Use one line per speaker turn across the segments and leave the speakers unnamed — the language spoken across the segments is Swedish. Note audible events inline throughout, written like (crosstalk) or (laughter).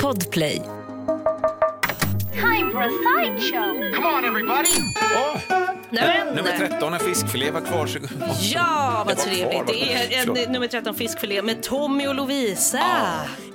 Podplay.
Time for a sideshow.
Come on everybody!
Nej, men,
Nummer 13, en fiskfilé var kvar. så-
Ja, vad
Det var kvar,
trevligt.
va?
Det är en,
Förlåt.
nummer 13 fiskfilé med Tommy och Lovisa.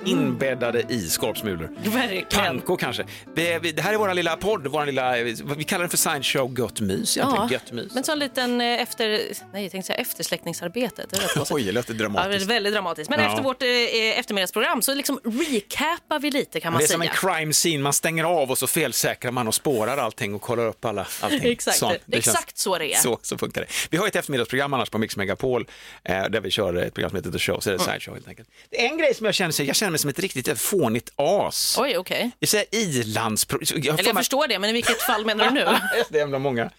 Inbäddade i skorpsmulor.
(laughs) Verkligen.
Panko kanske. Vi- vi- Det här är vår lilla podd, vår lilla, eh, vi kallar den för Science Show Gött Mys. Ja, gött mys.
men så en liten eh, efter, nej, jag tänkte säga eftersläckningsarbetet. Det lät konstigt.
(laughs) Oj, det lät
Ja, det är
dramatiskt.
väldigt dramatiskt. Men
Ja.
efter vårt eh, eftermiddagsprogram så liksom recapar vi lite kan man
det är
säga.
som en crime scene, man stänger av och så felsäkrar man och spårar allting och kollar upp alla, allting.
(laughs) Exakt,
Sånt.
exakt så det är.
Så, så funkar det. Vi har ett eftermiddagsprogram annars på Mix Megapol eh, där vi kör ett program som heter The Show, så det är Science Show helt enkelt. Det är en grej som jag känner, sig, jag känner mig som ett riktigt fånigt as.
Oj, okej.
Det är så här ilandspro... har
Eller
för
jag
mig-
förstår det, men i vilket fall menar du
(laughs)
nu?
Det är jävla många.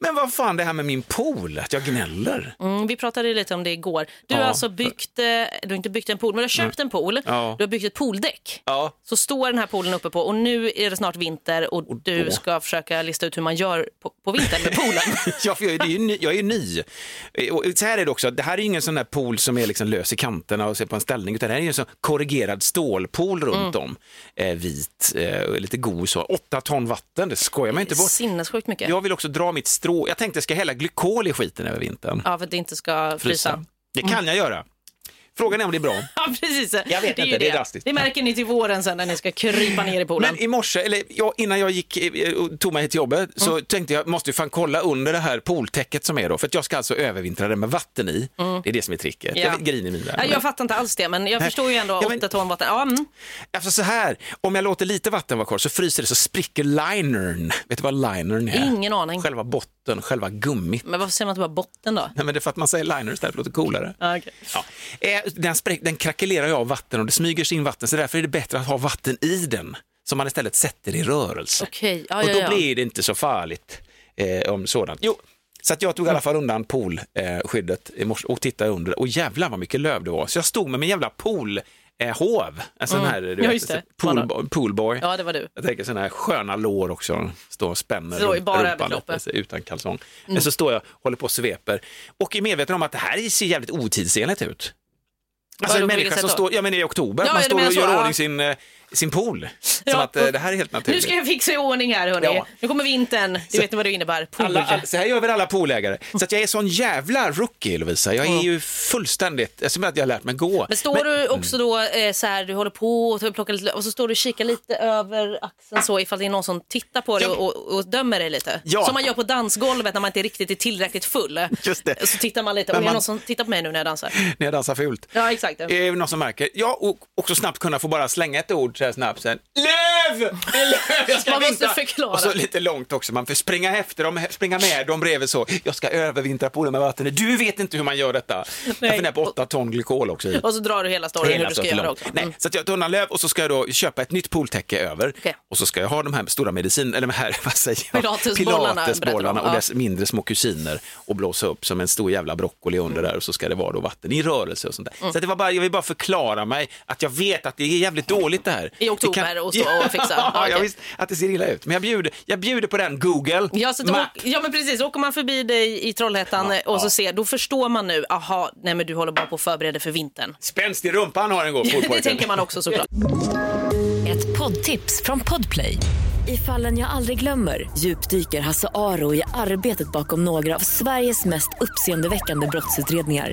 Men vad fan det här med min pool, att jag gnäller.
Mm, vi pratade ju lite om det igår. Du har
Ja.
alltså byggt, eh, du har inte byggt en pool, men du har köpt en pool.
Ja.
Du har byggt ett pooldäck.
Ja.
Så står den här poolen uppe på och nu är det snart vinter och, du
då?
ska försöka lista ut hur man gör på, på vintern med poolen.
(laughs) Ja, för jag, är- det är ju ny, jag är ju ny. Eh, Och så här är det också, det här är ju ingen sån där pool som är liksom lös i kanterna och ser på en ställning, utan det här är ju en sån korrigerad stålpool runt om. Eh, vit, eh, och lite god så. Åtta ton vatten, det skojar man ju (laughs) inte bort.
Sinnessjukt mycket.
Jag vill också dra mitt strå, jag tänkte jag ska hälla glykol i skiten över vintern.
Ja, för att det inte ska frysa.
Det kan jag göra. Frågan är om det är bra.
(laughs) Ja, precis.
Jag vet
det är ju
inte, det är drastiskt.
Det märker ni till våren sen när ni ska krypa ner i poolen.
Men i morse, eller ja, innan jag gick, eh, och tog mig hit till
Mm.
jobbet, så tänkte jag, måste ju fan kolla under det här pooltäcket som är då, för att jag ska alltså övervintra det med vatten i. Det är det som är tricket.
Mm. Ja.
Jag vet, grin i min värld.
Ja, jag fattar inte alls det, men jag förstår ju ändå
Ja, men-
åtta ton vatten. Ja, mm.
Alltså så här, om jag låter lite vatten vara kvar så fryser det så spricker linern. Vet du vad linern är?
Ingen aning.
Själva botten, själva gummit.
Men varför säger man inte bara botten då?
Nej, men det är för att man säger liner istället, för att det låter coolare.
Ja, okej.
Ja. Eh, Den, spräck, den krackelerar ju av vatten och det smyger sig in vatten, så därför är det bättre att ha vatten i den, som man istället sätter i rörelse.
Okej, ja,
och
ja,
då
ja.
blir det inte så farligt eh, om sådant. Jo, så att jag tog i alla fall undan poolskyddet eh, skyddet i morse och tittade under och jävlar vad mycket löv det var. Så jag stod med min jävla pool eh, hov, en sån här du
Mm. Ja,
vet,
just det.
Pool, poolboy.
Ja, det var du.
Jag tänker sådana här sköna lår också, står och spänner
Så i bara
rumpan
överkroppen. Mm.
lite, så utan kalsong. Men så står jag håller på och sveper och är medveten om att det här ser jävligt otidsenligt ut. Alltså
Vadå, på
en
vilket
människa
sätt
som
då?
står, ja men i oktober,
Ja,
man
ja, du
står
menar
och
så,
gör
ja.
ordning sin, eh, sin pool. Som
Ja.
att eh, det här är helt
Nu
naturligt.
ska jag fixa i ordning här hörni.
Ja.
Nu kommer vintern. Du vet vad det innebär. Pool.
Alla, all, så här gör väl alla poolägare. Så att jag är sån jävla rookie Lovisa. Jag är ju fullständigt, jag som att jag har lärt mig gå.
Men står du också då eh, så här, du håller på och tar- plockar lite lö- och så står du och kikar lite över axeln så ifall det är någon som tittar på dig
Ja.
och, och, och dömer dig lite.
Ja.
Som man gör på dansgolvet när man inte riktigt är tillräckligt full.
Just det.
Så tittar man lite, och är
Men
det
man-
någon som tittar på mig nu när jag dansar?
När jag dansar fult.
Ja, exakt.
Är det någon som märker? Ja, och också snabbt kunna få bara slänga ett ord så här snabbt sen. (laughs) Löv! Det är löv! Jag ska
Man måste
vintra."
förklara.
Och så lite långt också. Man får springa efter dem, springa med dem bredvid så. Jag ska övervintra på det med vatten. Du vet inte hur man gör detta.
Nej.
Jag funderar på åtta ton glykol också i.
Och så drar du hela storyn hur du ska
Hela
göra
sorten
också. Mm.
lång. Nej, så att jag tar undan löv och så ska jag då köpa ett nytt pooltäcke över
Okej.
och så ska jag ha de här stora medicin, eller de här, (laughs) vad säger jag?
Pilatesbollarna, berättar de.
Pilatesbollarna och
Ja.
dess mindre små kusiner och blåsa upp som en stor jävla broccoli under
Mm.
där och så ska det vara då vatten i rörelse och sånt där. Så att det var bara, jag vill bara förklara mig att jag vet att det är jävligt dåligt det här.
I oktober
Det
och stå och fixa. Ja,
(laughs) ja,
okej.
jag visst att det ser illa ut. Men jag bjuder, jag bjuder på den Google.
Ja, så att
Maps.
åk, ja men precis, åker man förbi dig i Trollhättan eh, och så ser, då förstår man nu, aha, nej men du håller bara på att förbereda för vintern.
Spänst i rumpan har den
(laughs)
går
Det
fotpojken.
tänker man också såklart.
Ett poddtips från Podplay. I fallen jag aldrig glömmer djupdyker Hasse Aro i arbetet bakom några av Sveriges mest uppseendeväckande brottsutredningar.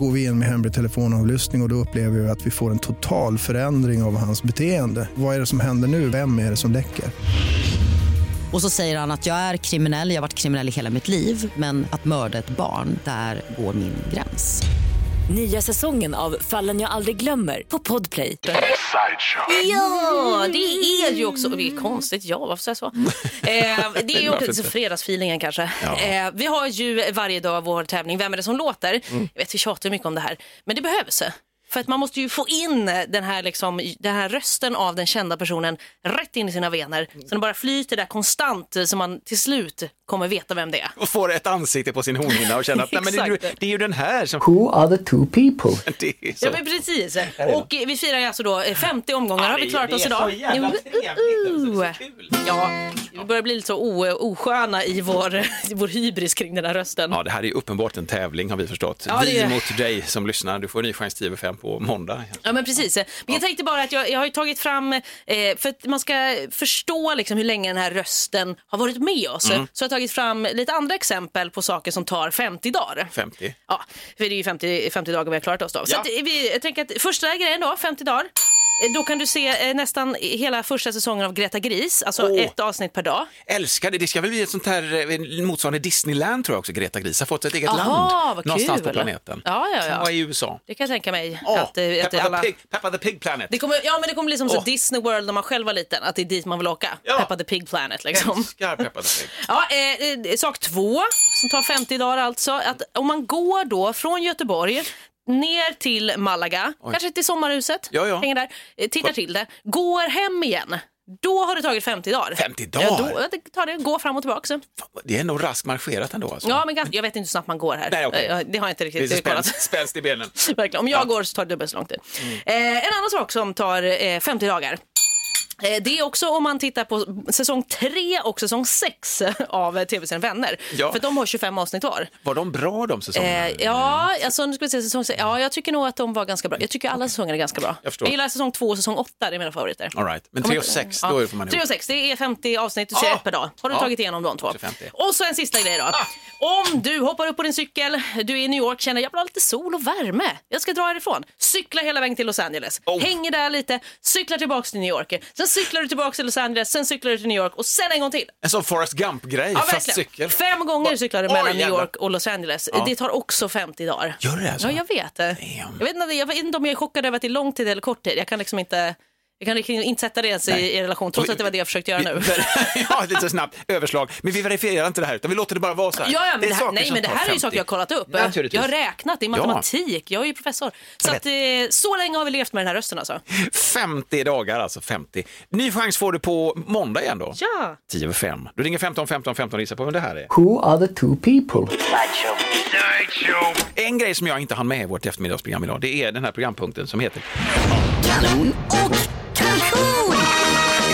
Går vi in med hemlig telefonavlyssning och, och då upplever vi att vi får en total förändring av hans beteende. Vad är det som händer nu? Vem är det som läcker?
Och så säger han att jag är kriminell, jag har varit kriminell i hela mitt liv men att mörda ett barn, där går min gräns.
Nya säsongen av Fallen jag aldrig glömmer på Podplay.
Ja, det är ju också... Det är konstigt, ja, varför sa jag så? Eh, det är ju också lite så fredagsfeelingen kanske. Eh, vi har ju varje dag vår tävling Vem är det som låter? Jag vet, vi tjatar ju mycket om det här, men det behövs. För att man måste ju få in den här, liksom, den här rösten av den kända personen rätt in i sina vener. Så den bara flyter där konstant eh, så man till slut kommer veta vem det är.
och får ett ansikte på sin hornhinna och känner att nej, men det, är
(laughs)
ju-
Exakt.
det är ju den här som...
Who are the two people?
Det är så.
Ja men precis. Och eh, vi firar ju alltså då eh, 50 omgångar har vi klarat oss idag. Jo, uh, uh. Ja, vi börjar bli lite så o- osköna i vår, i vår hybris kring den här rösten.
Ja, det här är ju uppenbart en tävling har vi förstått.
Ja, det
vi
är-
mot dig som lyssnar. Du får en ny chans 10 över 5. på måndag.
Ja, men precis. Men jag tänkte bara att jag, jag har ju tagit fram, eh, för att man ska förstå liksom hur länge den här rösten har varit med oss,
Mm.
så jag har tagit fram lite andra exempel på saker som tar 50 dagar.
50.
Ja, för det är ju 50, 50 dagar vi har klarat oss av. Så
Ja.
att vi, jag tänker att första grejen då, 50 dagar. eh, Då kan du se eh, nästan hela första säsongen av Greta Gris, alltså
Åh.
ett avsnitt per dag.
Älskar det. Det ska väl bli ett sånt här eh, motsvarande Disneyland tror jag också. Greta Gris har fått ett eget
Aha,
land
vad
någonstans
kul.
på planeten.
Ja, ja, ja.
Kan vara i USA.
Det kan jag tänka mig.
Ja,
att, eh, att
Peppa,
alla...
the pig, Peppa the Pig Planet.
Det kommer, ja, men det kommer bli som så
Åh.
Disney World när man själv var liten, att det är dit man vill åka.
Ja.
Peppa the Pig Planet liksom.
Älskar Peppa the Pig.
Ja, eh, eh, sak två, som tar 50 dagar alltså. Att om man går då från Göteborg ner till Malaga, kanske till sommarhuset,
Ja, ja.
hänger där, eh, tittar till det, går hem igen. Då har det tagit 50 dagar.
50
Ja,
dagar?
då, det tar det, gå fram och tillbaka.
Fan, Det är nog raskt marscherat ändå. Alltså.
Ja, men ganska, jag vet inte hur snabbt man går här.
Nej, okej.
Eh, Det har jag inte
det är
riktigt
så
eh, kollat.
spänst, (laughs) spänst i benen.
(laughs) Verkligen. Om jag går så tar det dubbelt så lång tid. Eh, en annan sak som tar eh, 50 dagar. Eh, Det är också om man tittar på säsong 3 och säsong 6 (laughs) av eh, tv-serien Vänner.
Ja.
För de har 25 avsnitt var.
Var de bra de säsongerna?
Eh, ja, alltså, nu ska vi se, säsong, sex- ja, jag tycker nog att de var ganska bra. Jag tycker alla säsonger är ganska bra.
Jag förstår.
gillar säsong 2 och säsong 8, det är mina favoriter.
All right. Men 3 och 6, då är det får man
3
ihop.
och 6, det är 50 avsnitt, du ser
Ja.
ett per dag. Har du
Ja. Ah!
tagit igenom de två?
50.
Och så en sista grej då. Om du hoppar upp på din cykel, du är i New York, känner jag vill ha lite sol och värme. Jag ska dra härifrån. Cykla hela vägen till Los Angeles.
Oh.
Hänger där lite, cyklar tillbaks till New York. Sen cyklar du tillbaks till Los Angeles, sen cyklar du till New York och sen en gång till.
En sån Forrest Gump-grej,
Ja,
fast
verkligen.
cykel.
Fem gånger cyklar du
Oj,
mellan New
jävlar.
York och Los Angeles. Det tar också 50 dagar.
Gör det alltså?
Ja, jag vet det.
Damn.
Jag vet, inte, jag vet inte om jag är chockad över att det är lång tid eller kort tid. Jag kan liksom inte, jag kan liksom inte sätta det ens i, i relation, trots att det var det jag försökte göra
(laughs) Vi-
nu.
ja, lite snabbt överslag. Men vi verifierar inte det här, utan vi låter det bara vara så här.
Ja, ja, men det,
är
här,
saker
nej,
som
men det
tar
här är ju
50.
saker jag har kollat upp.
Naturligtvis.
Jag har räknat, det är
Ja.
matematik, jag är ju professor. Så, att, eh, så länge har vi levt med den här rösten alltså.
50 dagar alltså, 50. Ny chans får du på måndag igen då.
Ja.
10 över 5. Du ringer 15 15 15 gissa på vem det här är.
Who are the two people?
En grej som jag inte hann med i vårt eftermiddagsprogram idag, det är den här programpunkten som heter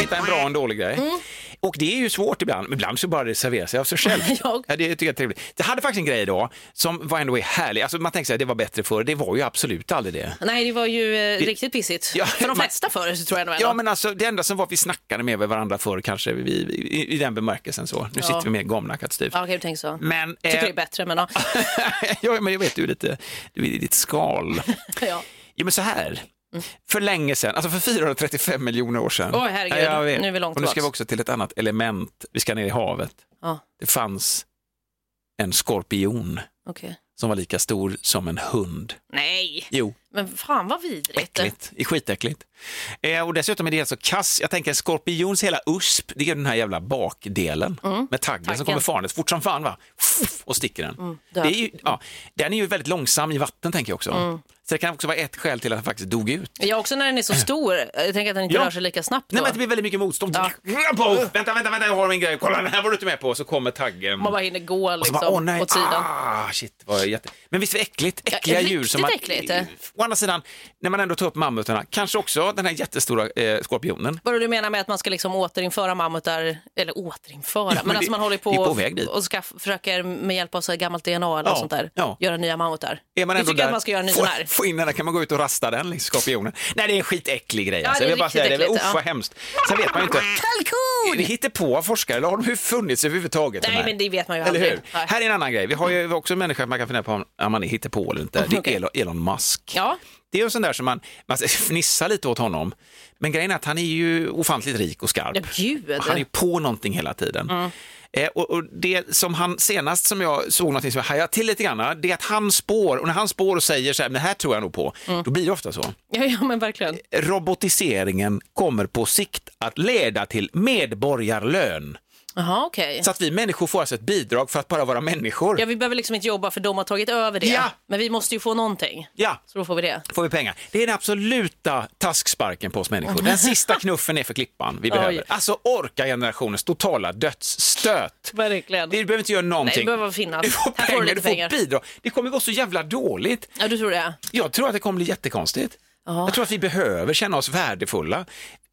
Hitta en bra och en dålig grej.
Mm.
Och det är ju svårt ibland, men ibland så bara det serverar sig av
(laughs)
sig själv. ja.
Jag-
det tycker jag är trevligt. Det hade faktiskt en grej idag som var ändå härlig. Alltså man tänker sig att det var bättre förr, det var ju absolut aldrig det.
Nej, det var ju eh, riktigt pissigt.
Ja,
För de
men-
flesta förr så tror jag nog ändå.
Ja, men alltså det enda som var att vi snackade med varandra förr kanske, vi, i, i den bemärkelsen så. Nu sitter vi mer gomnackat styvt.
Ja, okej, du tänker så.
Men, eh,
Tycker det är bättre, men ja.
(laughs) ja, men jag vet, du är lite, du är i ditt skal.
(laughs) ja. Mm.
Jo, men så här. För länge sedan, alltså för 435 miljoner år sedan.
Oj, herregud.
Ja, jag vet.
Nu är vi långt
Och nu ska vi
tillbaks.
också till ett annat element. Vi ska ner i havet.
ja
Det fanns en skorpion
okej.
som var lika stor som en hund.
Nej,
Jo,
men fan vad vidrigt.
äckligt. Det är skitäckligt. Eh, och dessutom är det alltså kass. Jag tänker skorpions hela usp, det är den här jävla bakdelen med taggen, som
Mm. Taggen. Mm,
kommer farandes fort som fan va? Fuff, Och sticker den. det
död. Mm.
är ju, ja, den är ju väldigt långsam i vatten tänker jag också. Så det kan också vara ett skäl till att den faktiskt dog ut.
Ja, också när den är så stor. Jag tänker att den inte
Ja.
rör sig lika snabbt då.
Nej, men det blir väldigt mycket motstånd.
Ja.
Boom! Vänta, vänta, vänta, jag har min grej. Kolla, den här var du inte med på. Så kommer taggen.
Man bara hinner gå
och så
liksom,
bara, åh nej,
åt sidan.
ah, shit, vad jag jätte... Men visst är det äckligt? Äckliga
riktigt
djur som man...
äckligt, eh.
Å andra sidan, när man ändå tar upp mammutarna, kanske också den här jättestora eh, skorpionen.
Vad du menar med att man ska liksom återinföra mammutar, eller återinföra, men,
men det-
alltså man håller på,
det är på väg dit.
och skaff- försöker med hjälp av så här gammalt DNA eller
Ja,
sånt där,
ja.
göra nya mammutar.
Är man
du
ändå
tycker
där,
att man ska göra en ny
få,
sån här?
få in den, där kan man gå ut och rasta den, liksom, skorpionen. Nej, det är en skitäcklig grej. Alltså.
det är
jag vill bara
riktigt
säga det.
äckligt,
Usch, vad
ja.
hemskt. Sen vet
(laughs)
man ju inte. Kalkon! Hittar på av forskare, eller har de ju funnits överhuvudtaget? de
Nej,
här?
men det vet man ju
Eller
aldrig.
hur?
Nej.
Här är en annan grej. Vi har ju också en människa man kan fundera på om om man hittar på eller inte. Det
(laughs)
är
Okej.
Elon- Elon Musk.
Ja.
Det är ju en sån där som man, man (laughs) fnissar lite åt honom. Men grejen är att han är ju ofantligt rik och skarp.
Ja, gud.
Han är ju på någonting hela tiden. Eh, och, och det som han senast som jag såg någonting som jag hajade till lite grann, det är att han spår, och när han spår och säger så här, men det här tror jag nog på, då blir det ofta så.
Ja, ja, men verkligen.
Robotiseringen kommer på sikt att leda till medborgarlön.
Jaha, okej.
Så att vi människor får alltså ett bidrag för att bara vara människor.
Ja, vi behöver liksom inte jobba för de har tagit över det,
Ja.
men vi måste ju få någonting.
ja.
Så då får vi det.
får vi pengar. Det är den absoluta tasksparken på oss människor.
(laughs)
Den sista knuffen är för klippan vi behöver. Alltså orka generationens totala dödsstöt.
Verkligen.
Vi behöver inte göra någonting.
Nej, det behöver finnas. (laughs)
Du får
Här får du
pengar,
lite
du får
pengar.
bidrag. Det kommer gå så jävla dåligt.
Ja, du tror det?
Jag tror att det kommer bli jättekonstigt. Jag tror att vi behöver känna oss värdefulla.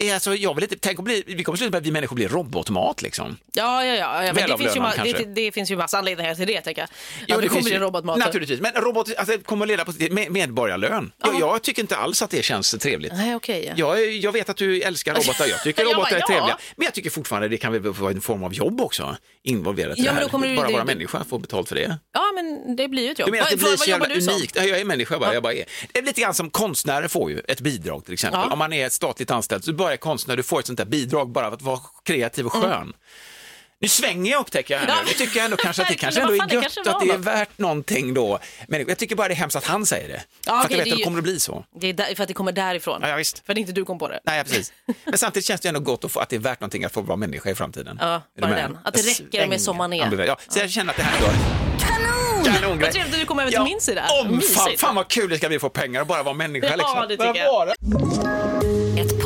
Eh, Alltså, jag vill inte, tänk om bli, vi kommer sluta med att vi människor blir robotmat liksom.
Ja, ja, ja. ja men det, finns ju
Välavlönad,
ma- det,
kanske.
det finns ju massa anledningar till det, tänker jag.
Jo,
att det kommer
finns
bli
ju-
robotmat.
Naturligtvis, men robot alltså, det kommer att leda på till med, medborgarlön. Jag, jag tycker inte alls att det känns trevligt.
Nej, okej.
Jag, jag vet att du älskar robotar, jag
(laughs)
tycker
Ja,
robotar är
ja.
trevliga. Men jag tycker fortfarande det kan väl vara en form av jobb också, involverat i
Ja,
det
men
här.
då kommer du-
Bara
det-
vara
det-
människa får betalt för det.
Ja, men det blir ju ett jobb.
Du menar att det
Vad-
blir
vad-
så
vad jobbar
jävla
du som?
unikt? Ja, Jag är människa bara. Jag bara är. Det är lite grann som konstnärer får ju ett bidrag till exempel.
Ja.
Om man är statligt anställd så börjar konstnär, du får ett sånt där bidrag bara för att vara kreativ och skön. Nu svänger jag upptäcker jag här
Mm. Ja.
nu. Nu tycker jag ändå kanske att det
(laughs) Verkligen,
kanske
vad
ändå
fan, det
är gött
kanske var
att det är
något.
värt någonting då. Men jag tycker bara det är hemskt att han säger det.
Ja,
för att
okej,
jag vet
det är
att det
ju-
kommer att bli så.
Det är där, för att det kommer därifrån.
Ja, ja, visst.
För att inte du kom på det.
Nej, ja, precis. Men samtidigt känns det ändå gott att, få, att det är värt någonting att få vara människa i framtiden.
Ja,
Är du
bara
med?
den. Att det räcker med som man är.
Ambivalent. Ja, så jag känner att det här är då... Kanon! Kanon
Vad trevligt att du kom över till min sida.
Om, fan,
Mysigt.
fan vad kul det ska bli att få pengar och bara vara människa.
Ja,
liksom.
det tycker jag.
Bara vara.
Ett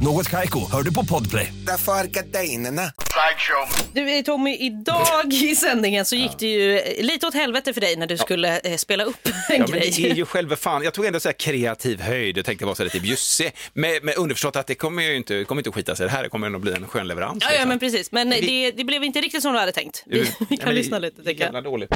Något Kaiko, hör du på Podplay.
Därför är gardinerna.
Du eh, Tommy, idag i sändningen så gick det ju eh, lite åt helvete för dig när du skulle eh, spela upp en
Ja, men
grej.
det är ju själva fan. Jag tog ändå så här kreativ höjd och tänkte vara så här lite bjussig. Men, men underförstått att det kommer ju inte, det kommer inte skita sig. Det här kommer ändå bli en skön leverans.
Ja, ja,
liksom.
men precis. Men eh, det, det blev inte riktigt som du hade tänkt. Vi, vi kan
Nej, men
lyssna
det-
lite, tänker
jävla
jag.
dåligt.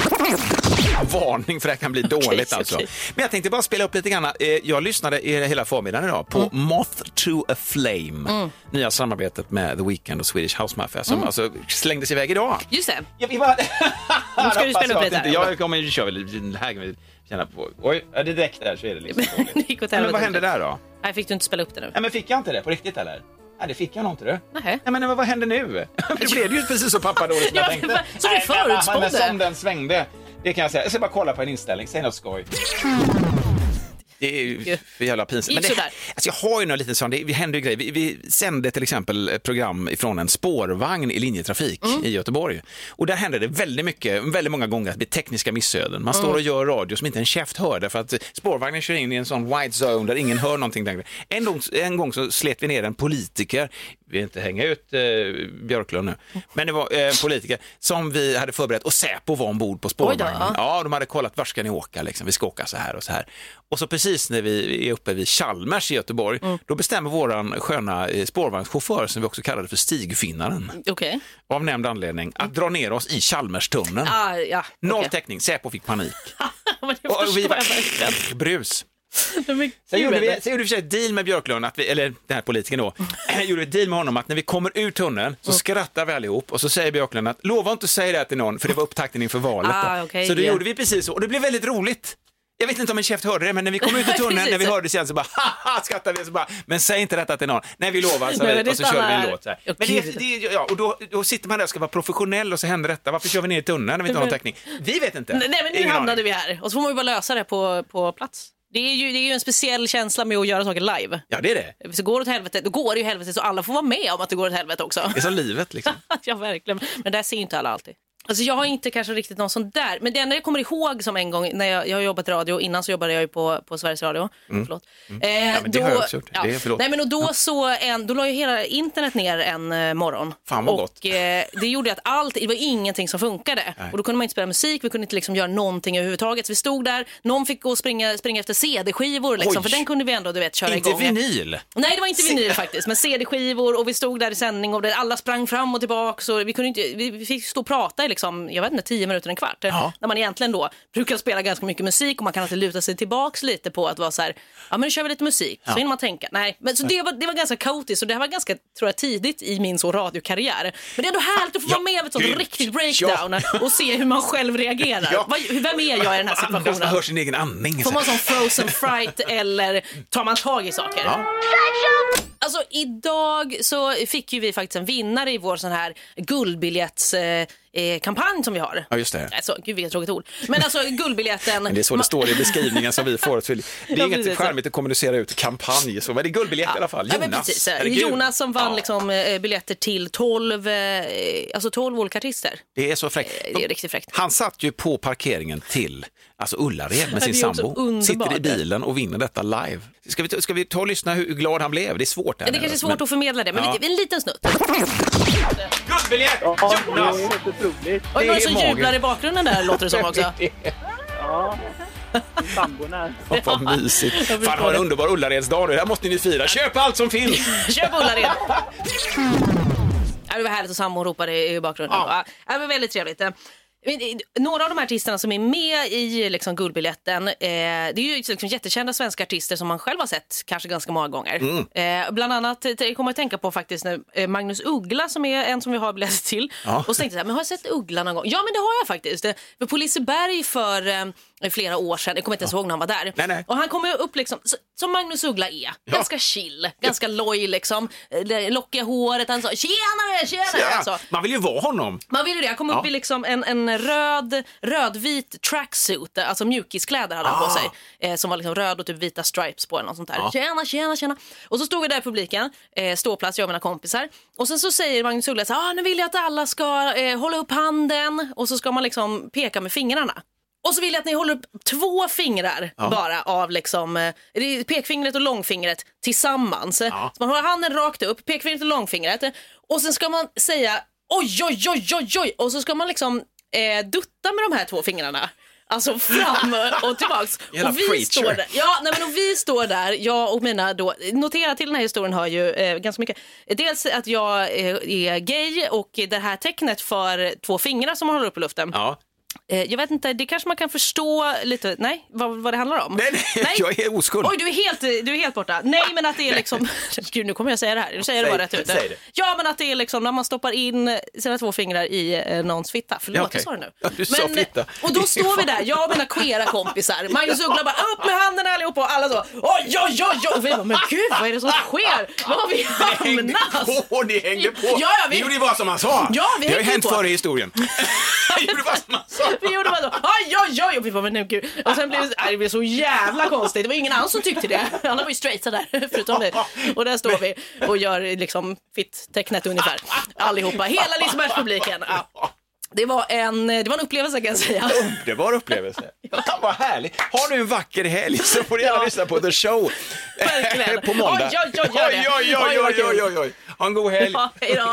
Varning för det här kan bli
(laughs)
dåligt
Okej,
alltså.
okej.
Men jag tänkte bara spela upp lite grann. Eh, Jag lyssnade i- hela förmiddagen idag på
Mm.
Moth to a Flame. Nya samarbetet med The Weeknd och Swedish House Mafia
Mm.
som alltså slängdes iväg idag.
Just det.
Ja, vi (laughs) var...
Nu ska du
Hoppas
spela upp
jag
lite
att inte-
här.
Jag kommer ju köra lite... Här kan vi känna på... Oj, är det direkt där så är det liksom
(laughs)
dåligt.
Det gick åt
Men
helvete.
vad hände där då?
Nej, fick du inte spela upp det nu?
Nej, men fick jag inte det på riktigt eller? Nej, det fick jag nog inte du.
Nähä.
Nej, men vad, vad hände nu? (laughs) det blev ju precis så pappadåligt som jag
Ja,
tänkte.
men som du
Nej, men mamma, men
förutspådde.
Som den svängde. Det kan jag säga. Jag ska bara kolla på en inställning, säg något skoj. Det är ju för jävla pinsamt.
Gick
Men det,
Mm. sådär.
alltså jag har ju någon liten sån, det händer ju grejer. Vi, vi sände till exempel ett program ifrån en spårvagn i linjetrafik i Göteborg. Och där händer det väldigt mycket, väldigt många gånger att det blir tekniska missöden. Man står och gör radio som inte en käft hör därför att spårvagnen kör in i en sån white zone där ingen hör någonting längre. En gång, en gång så slet vi ner en politiker, vi vill inte hänga ut eh, Björklund nu, men det var eh, en politiker som vi hade förberett och Säpo var ombord på spårvagnen.
ja.
Ja, de hade kollat var ska ni åka, liksom. vi ska åka så här och så här. Och så precis när vi är uppe vid Chalmers i Göteborg,
Mm.
då bestämmer våran sköna eh, spårvagnschaufför, som vi också kallade för Stigfinnaren,
Okej.
av nämnd anledning, att dra ner oss i Chalmerstunneln.
Ah, ja.
Noll
okej. (laughs)
täckning, Säpo fick panik.
Men det
Och
förstår
vi
jag verkligen.
bara, brus.
Men
Sen gjorde, vi,
gud.
sen gjorde vi för sig ett deal med Björklund, att vi, eller den här politikern då,
Mm.
(clears throat) gjorde ett deal med honom att när vi kommer ur tunneln så skrattar vi allihop och så säger Björklund att lova inte att säga det här till någon för det var upptakten inför valet. då."
Ah, okej,
så då
ja.
gjorde vi precis så och det blev väldigt roligt. Jag vet inte om en käft hörde det, men när
(laughs)
vi kom ut ur tunneln,
Precis.
när vi hörde det igen så bara haha skrattade vi så bara, men säg inte detta till någon. Nej, vi lovar, så,
Nej, men det
och så körde vi
stannar
en
här.
låt. Så här.
Ja,
Men det,
gud.
det, ja, och då, då sitter man där och ska vara professionell och så händer detta. Varför kör vi ner i tunneln när vi inte har någon täckning? Vi vet inte.
Nej, men nu
Ingen
hamnade
aning.
vi här. Och så får man ju bara lösa det på, på plats. Det är, ju, det är ju en speciell känsla med att göra saker live.
Ja, det är det.
Så går det åt helvete, då går det ju helvete så alla får vara med om att det går åt helvete också.
Det är som livet liksom.
(laughs) ja, verkligen. Men där ser ju inte alla alltid. Alltså jag har inte kanske riktigt någon sån där, men det enda jag kommer ihåg som en gång, när jag, jag har jobbat i radio, innan så jobbade jag ju på, på Sveriges Radio, förlåt. Eh,
Mm. men det har jag också gjort. Det är- förlåt. Mm.
Nej men och då så, en, då la ju hela internet ner en eh, morgon.
Fan, vad
och,
gott.
Eh, det gjorde att allt, det var ingenting som funkade. Och då kunde man inte spela musik, vi kunde inte liksom göra någonting överhuvudtaget. Så vi stod där, någon fick gå och springa, springa efter CD-skivor liksom,
Oj.
för den kunde vi ändå du vet köra
Inte
igång.
vinyl.
Nej, det var inte vinyl faktiskt, men CD-skivor och vi stod där i sändning och det- alla sprang fram och tillbaka. Så vi, kunde inte, vi vi fick stå och prata i liksom, jag vet inte, tio minuter, en kvart. När man egentligen då brukar spela ganska mycket musik och man kan alltid luta sig tillbaks lite på att vara så här, ja men nu kör vi lite musik, så hinner man tänka. Nej, men så det var, det var ganska kaotiskt och det här var ganska, tror jag, tidigt i min så radiokarriär. Men det är ändå härligt att få
Ja,
vara med vid ett sånt
gud.
riktigt breakdown och se hur man själv (laughs) reagerar.
Ja.
Vad- Vem är jag i den här
Andas, man
situationen?
hör sin egen andning.
Får man sån frozen fright eller tar man tag i saker? Alltså idag så fick ju vi faktiskt en vinnare i vår sån här guldbiljetts eh, eh, kampanj som vi har.
Ja, just det.
Alltså, gud vilket tråkigt ord. Men alltså guldbiljetten.
Men det är så det
Ma-
står i beskrivningen som vi
(laughs)
får. Så Det är
Ja, precis.
inget charmigt att kommunicera ut kampanj, så, men det är guldbiljett i alla fall.
Ja,
Jonas,
men precis.
herregud.
Jonas som vann
Ja,
liksom, eh, biljetter till 12, eh, alltså 12 olika artister.
Det är så fräckt.
Eh, Det är riktigt fräckt.
Han satt ju på parkeringen till alltså Ullared med
Det är
sin
ju också
sambo.
underbart.
Sitter i bilen och vinner detta live. Ska vi, ta- ska vi ta och lyssna hur glad han blev? Det är svårt. Där
Det kanske är svårt att förmedla det, men
Ja.
vi- en liten snutt.
Guldbiljett! Jonas!
Och
Det
någon
är
som
magiskt.
jublar i bakgrunden där låter det som också.
(laughs) Ja, vad mysigt. Fan, ha en underbar Ullaredsdag nu. Det här måste ni fira. Köp allt som finns!
(laughs) Kör på Ullared! Ja, det var härligt att sambon ropade i bakgrunden. Ja. det var väldigt trevligt. Eh, men, eh, Några av de här artisterna som är med i liksom, Guldbiljetten, eh, det är ju liksom jättekända svenska artister som man själv har sett kanske ganska många gånger.
Mm.
Eh, bland annat, eh, jag kommer att tänka på faktiskt när, eh, Magnus Uggla som är en som vi har biljetter till.
Ja.
Och så tänkte jag, så här, men har jag sett Uggla någon gång? Ja, men det har jag faktiskt. Eh, För på Liseberg för eh, flera år sedan, jag kommer inte ens ihåg när han var där.
Nej, nej.
Och han kommer ju upp liksom, så- som Magnus Uggla är, ganska chill, ganska loj liksom. Eh, det Lockiga håret, han sa tjenare, tjenare. Alltså,
Ja, man vill ju vara honom.
man vill ju det. Han kom upp
Ja.
i liksom en, en röd, rödvit tracksuit, alltså mjukiskläder hade han på sig. Eh, som var liksom röd och typ vita stripes på eller något sånt där. Tjena, tjena, tjena. Och så stod vi där i publiken, eh, ståplats, jag och mina kompisar. Och sen så säger Magnus Uggla så här, ah, nu vill jag att alla ska eh, hålla upp handen och så ska man liksom peka med fingrarna. Och så vill jag att ni håller upp två fingrar bara av liksom, eh, det är pekfingret och långfingret tillsammans. Så man håller handen rakt upp, pekfingret och långfingret eh, och sen ska man säga oj, oj, oj, oj, oj och så ska man liksom eh, dutta med de här två fingrarna. Alltså fram och tillbaks.
(laughs) Jävla
och, vi
preacher.
står där, ja, nej, men och vi står där, jag och mina då, notera till den här historien har ju eh, ganska mycket. Dels att jag eh, är gay och det här tecknet för två fingrar som man håller upp i luften.
Ja.
Eh, jag vet inte, det kanske man kan förstå lite, nej, vad, vad det handlar om.
Nej, nej, jag är oskuld.
Oj, du är helt, du är helt borta. Nej, men att det är liksom, (laughs) gud nu kommer jag säga det här, nu säger jag det bara rätt
Säg-
ut.
säg det.
Ja, men att det är liksom när man stoppar in sina två fingrar i eh, någons fitta. Förlåt,
Ja, okej.
jag sa det nu. eh,
Ja, du sa fitta.
Och då står vi där, jag och mina queera kompisar, Magnus Uggla bara upp med handen allihopa och alla så, oj, oj, oj, oj. Och vi bara, men gud, vad är det som sker? Var har vi
Hängde
hamnat?
på, (laughs) ni hängde på.
Ja, ja, vi-
Ni gjorde ju bara som han sa.
Ja, vi
det har ju
hängde
hänt
på.
förr i
(laughs)
historien. Ni gjorde bara som han sa.
Vi gjorde bara så, oj, oj, oj, och vi bara, men nej, gud. Och sen blev det, nej, det blev så jävla konstigt. Det var ingen annan som tyckte det. Alla var ju straighta där, (laughs) förutom dig. Och där står vi och gör liksom fitt-tecknet ungefär. Allihopa, hela Lisebergspubliken. Ja. Det var, en, det var en upplevelse kan jag säga.
Underbar (laughs) upplevelse. Fan vad härligt. Har du en vacker helg så får du gärna lyssna på The Show.
Verkligen.
(laughs) på måndag.
Oj, oj, oj, gör det.
oj, oj,
Oj, vad
oj,
kul.
oj, oj, oj. Ha en god helg.
Ja, hej då.